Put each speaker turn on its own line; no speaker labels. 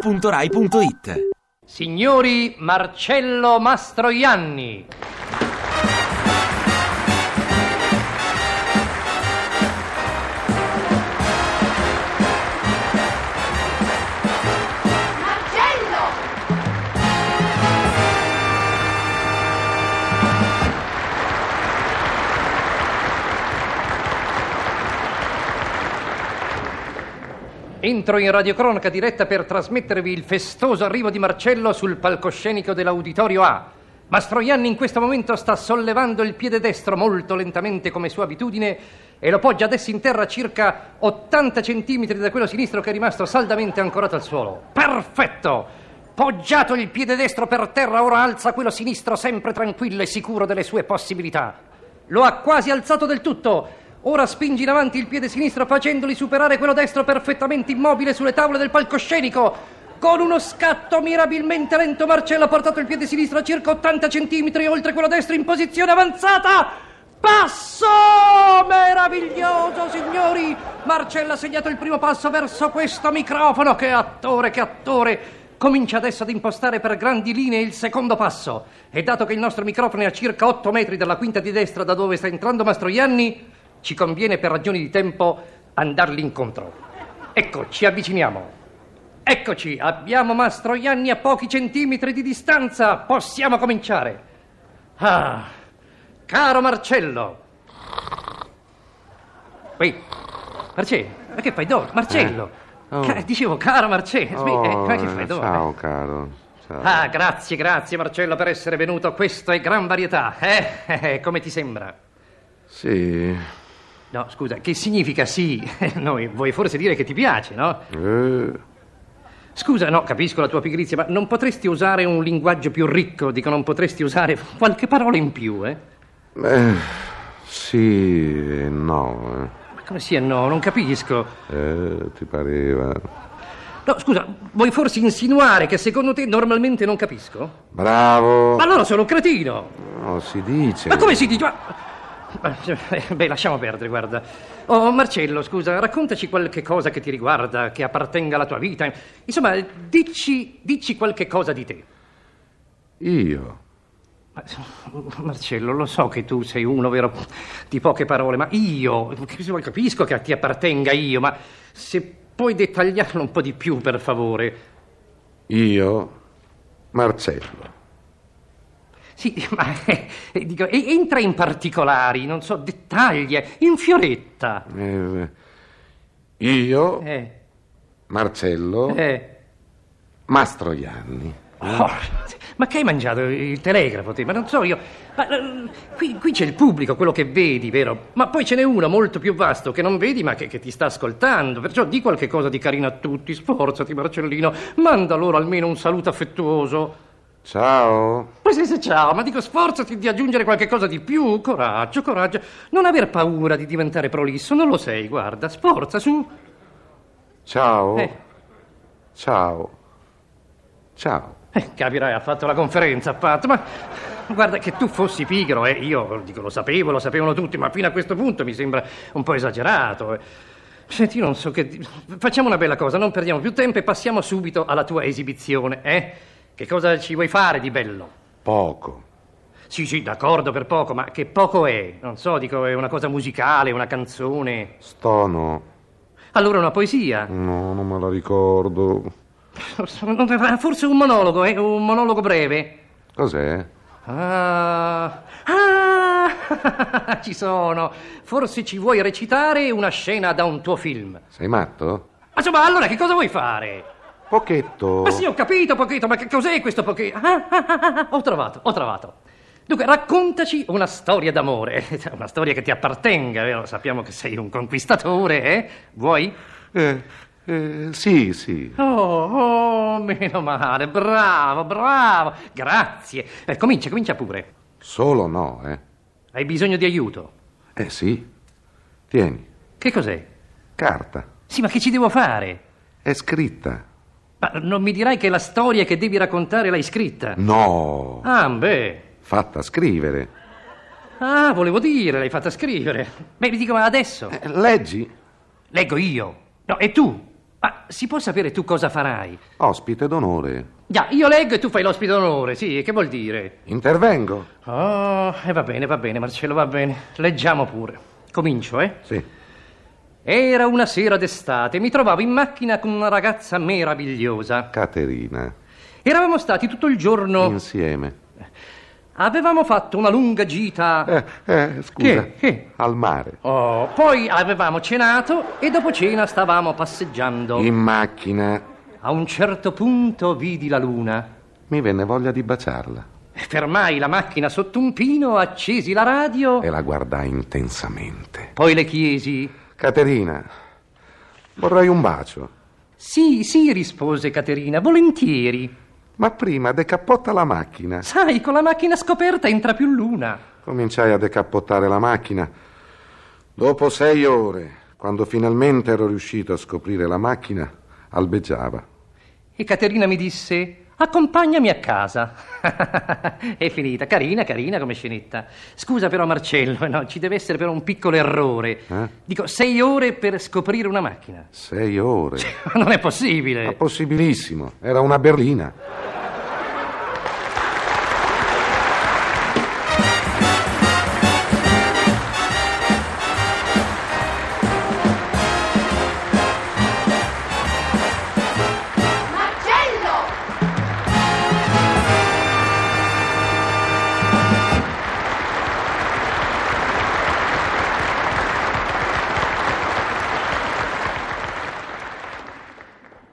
radio2pod.rai.it
Signori Marcello Mastroianni,
Marcello!
entro in radiocronaca diretta per trasmettervi il festoso arrivo di Marcello sul palcoscenico dell'Auditorio A. Mastroianni in questo momento sta sollevando il piede destro molto lentamente come sua abitudine e lo poggia adesso in terra circa 80 centimetri da quello sinistro che è rimasto saldamente ancorato al suolo. Perfetto! Poggiato il piede destro per terra, ora alza quello sinistro sempre tranquillo e sicuro delle sue possibilità. Lo ha quasi alzato del tutto. Ora spinge in avanti il piede sinistro facendoli superare quello destro perfettamente immobile sulle tavole del palcoscenico. Con uno scatto mirabilmente lento Marcello ha portato il piede sinistro a circa 80 centimetri oltre quello destro in posizione avanzata. Passo meraviglioso, signori! Marcello ha segnato il primo passo verso questo microfono. Che attore, che attore! Comincia adesso ad impostare per grandi linee il secondo passo. E dato che il nostro microfono è a circa 8 metri dalla quinta di destra da dove sta entrando Mastroianni, ci conviene per ragioni di tempo andarli incontro. Ecco, ci avviciniamo. Eccoci, abbiamo Mastroianni a pochi centimetri di distanza. Possiamo cominciare. Ah, caro Marcello. Ehi, Marcello, ma che fai dove? Marcello.
Eh. Oh.
Ca- dicevo, caro Marcello. smi- eh, ma che fai
eh,
dove?
Ciao, caro. Ciao.
Ah, grazie, grazie Marcello per essere venuto. Questo è gran varietà. Eh, eh, eh, come ti sembra?
Sì.
No, scusa, che significa sì? Noi, vuoi forse dire che ti piace, no?
Eh,
Scusa, no, capisco la tua pigrizia, ma non potresti usare un linguaggio più ricco? Dico, non potresti usare qualche parola in più, eh?
eh, sì e no.
Ma come sia, no, non capisco.
eh. Eh, ti pareva.
No, scusa, vuoi forse insinuare che secondo te normalmente non capisco?
Bravo.
Ma allora sono un cretino!
No, si dice.
Ma come si dice? Ma- ma- eh, Beh, lasciamo perdere, guarda. Oh, Marcello, scusa, raccontaci qualche cosa che ti riguarda, che appartenga alla tua vita. Insomma, dici, dici qualche cosa di te.
Io.
Ma- Marcello, lo so che tu sei uno, vero, di poche parole, ma io, capisco che ti appartenga io, ma se puoi dettagliarlo un po' di più, per favore.
Io. Marcello.
Sì, ma eh, eh, dico, e- entra in particolari, non so, dettagli, in fioretta.
Eh, io.
Eh,
Marcello.
eh.
Mastroianni.
Oh, ma che hai mangiato il telegrafo te? Ma non so io. Ma, eh, qui, qui c'è il pubblico, quello che vedi, vero? Ma poi ce n'è uno molto più vasto che non vedi ma che, che ti sta ascoltando. Perciò di qualche cosa di carino a tutti. Sforzati, Marcellino. Manda loro almeno un saluto affettuoso.
Ciao.
Ma se, se ciao, ma dico sforzati di aggiungere qualche cosa di più. Coraggio, coraggio. Non aver paura di diventare prolisso, non lo sei, guarda. Sforza, su.
Ciao.
Eh.
Ciao. Ciao.
Eh, capirai, ha fatto la conferenza, ha fatto, ma guarda che tu fossi pigro, eh, io dico, lo sapevo, lo sapevano tutti, ma fino a questo punto mi sembra un po' esagerato. eh. Senti, io non so che... di- Facciamo una bella cosa, non perdiamo più tempo e passiamo subito alla tua esibizione, eh? Che cosa ci vuoi fare di bello?
Poco.
Sì, sì, d'accordo per poco, ma che poco è? Non so, dico, è una cosa musicale, una canzone.
Stono.
Allora una poesia?
No, non me la ricordo.
Forse un monologo, eh? Un monologo breve.
Cos'è?
Ah, ah, ci sono. Forse ci vuoi recitare una scena da un tuo film. Ma
Sei matto? Eh,
insomma, allora che cosa vuoi fare?
Pochetto.
Ma sì, ho capito, Pochito, ma che cos'è questo Pochito? Ah, ah, ah, ah, ho trovato, ho trovato. Dunque, raccontaci una storia d'amore, una storia che ti appartenga, vero? Sappiamo che sei un conquistatore, eh? Vuoi?
Eh, eh, sì, sì.
Oh, oh, meno male, bravo, bravo, grazie. Eh, comincia, comincia pure.
Solo no, eh.
Hai bisogno di aiuto.
Eh sì. Tieni,
Che cos'è?
carta.
Sì, ma che ci devo fare?
È scritta.
Ma non mi dirai che la storia che devi raccontare l'hai scritta?
No,
Ah, beh.
fatta scrivere.
Ah, volevo dire, l'hai fatta scrivere. Beh, mi dico, ma adesso?
Eh, leggi.
Leggo io. No, e tu? Ma si può sapere tu cosa farai?
Ospite d'onore.
Già, io leggo e tu fai l'ospite d'onore, sì, che vuol dire?
Intervengo.
Oh, e va bene, va bene, Marcello, va bene. Leggiamo pure. Comincio, eh?
Sì.
Era una sera d'estate, mi trovavo in macchina con una ragazza meravigliosa.
Caterina.
Eravamo stati tutto il giorno.
Insieme.
Avevamo fatto una lunga gita.
Eh, eh, scusa.
Che? Che?
Al mare.
Oh, poi avevamo cenato e dopo cena stavamo passeggiando.
In macchina.
A un certo punto vidi la luna.
Mi venne voglia di baciarla.
Fermai la macchina sotto un pino, accesi la radio.
E la guardai intensamente.
Poi le chiesi.
Caterina, vorrei un bacio.
Sì, sì, rispose Caterina, volentieri.
Ma prima decappotta la macchina.
Sai, con la macchina scoperta entra più luna.
Cominciai a decappottare la macchina. Dopo sei ore, quando finalmente ero riuscito a scoprire la macchina, albeggiava.
E Caterina mi disse: Accompagnami a casa. È finita. Carina, carina come scenetta. Scusa però, Marcello, no, ci deve essere però un piccolo errore.
Eh?
Dico, sei ore per scoprire una macchina.
Sei ore.
Non è
Ma
possibile.
possibilissimo, era una berlina.
Marcello!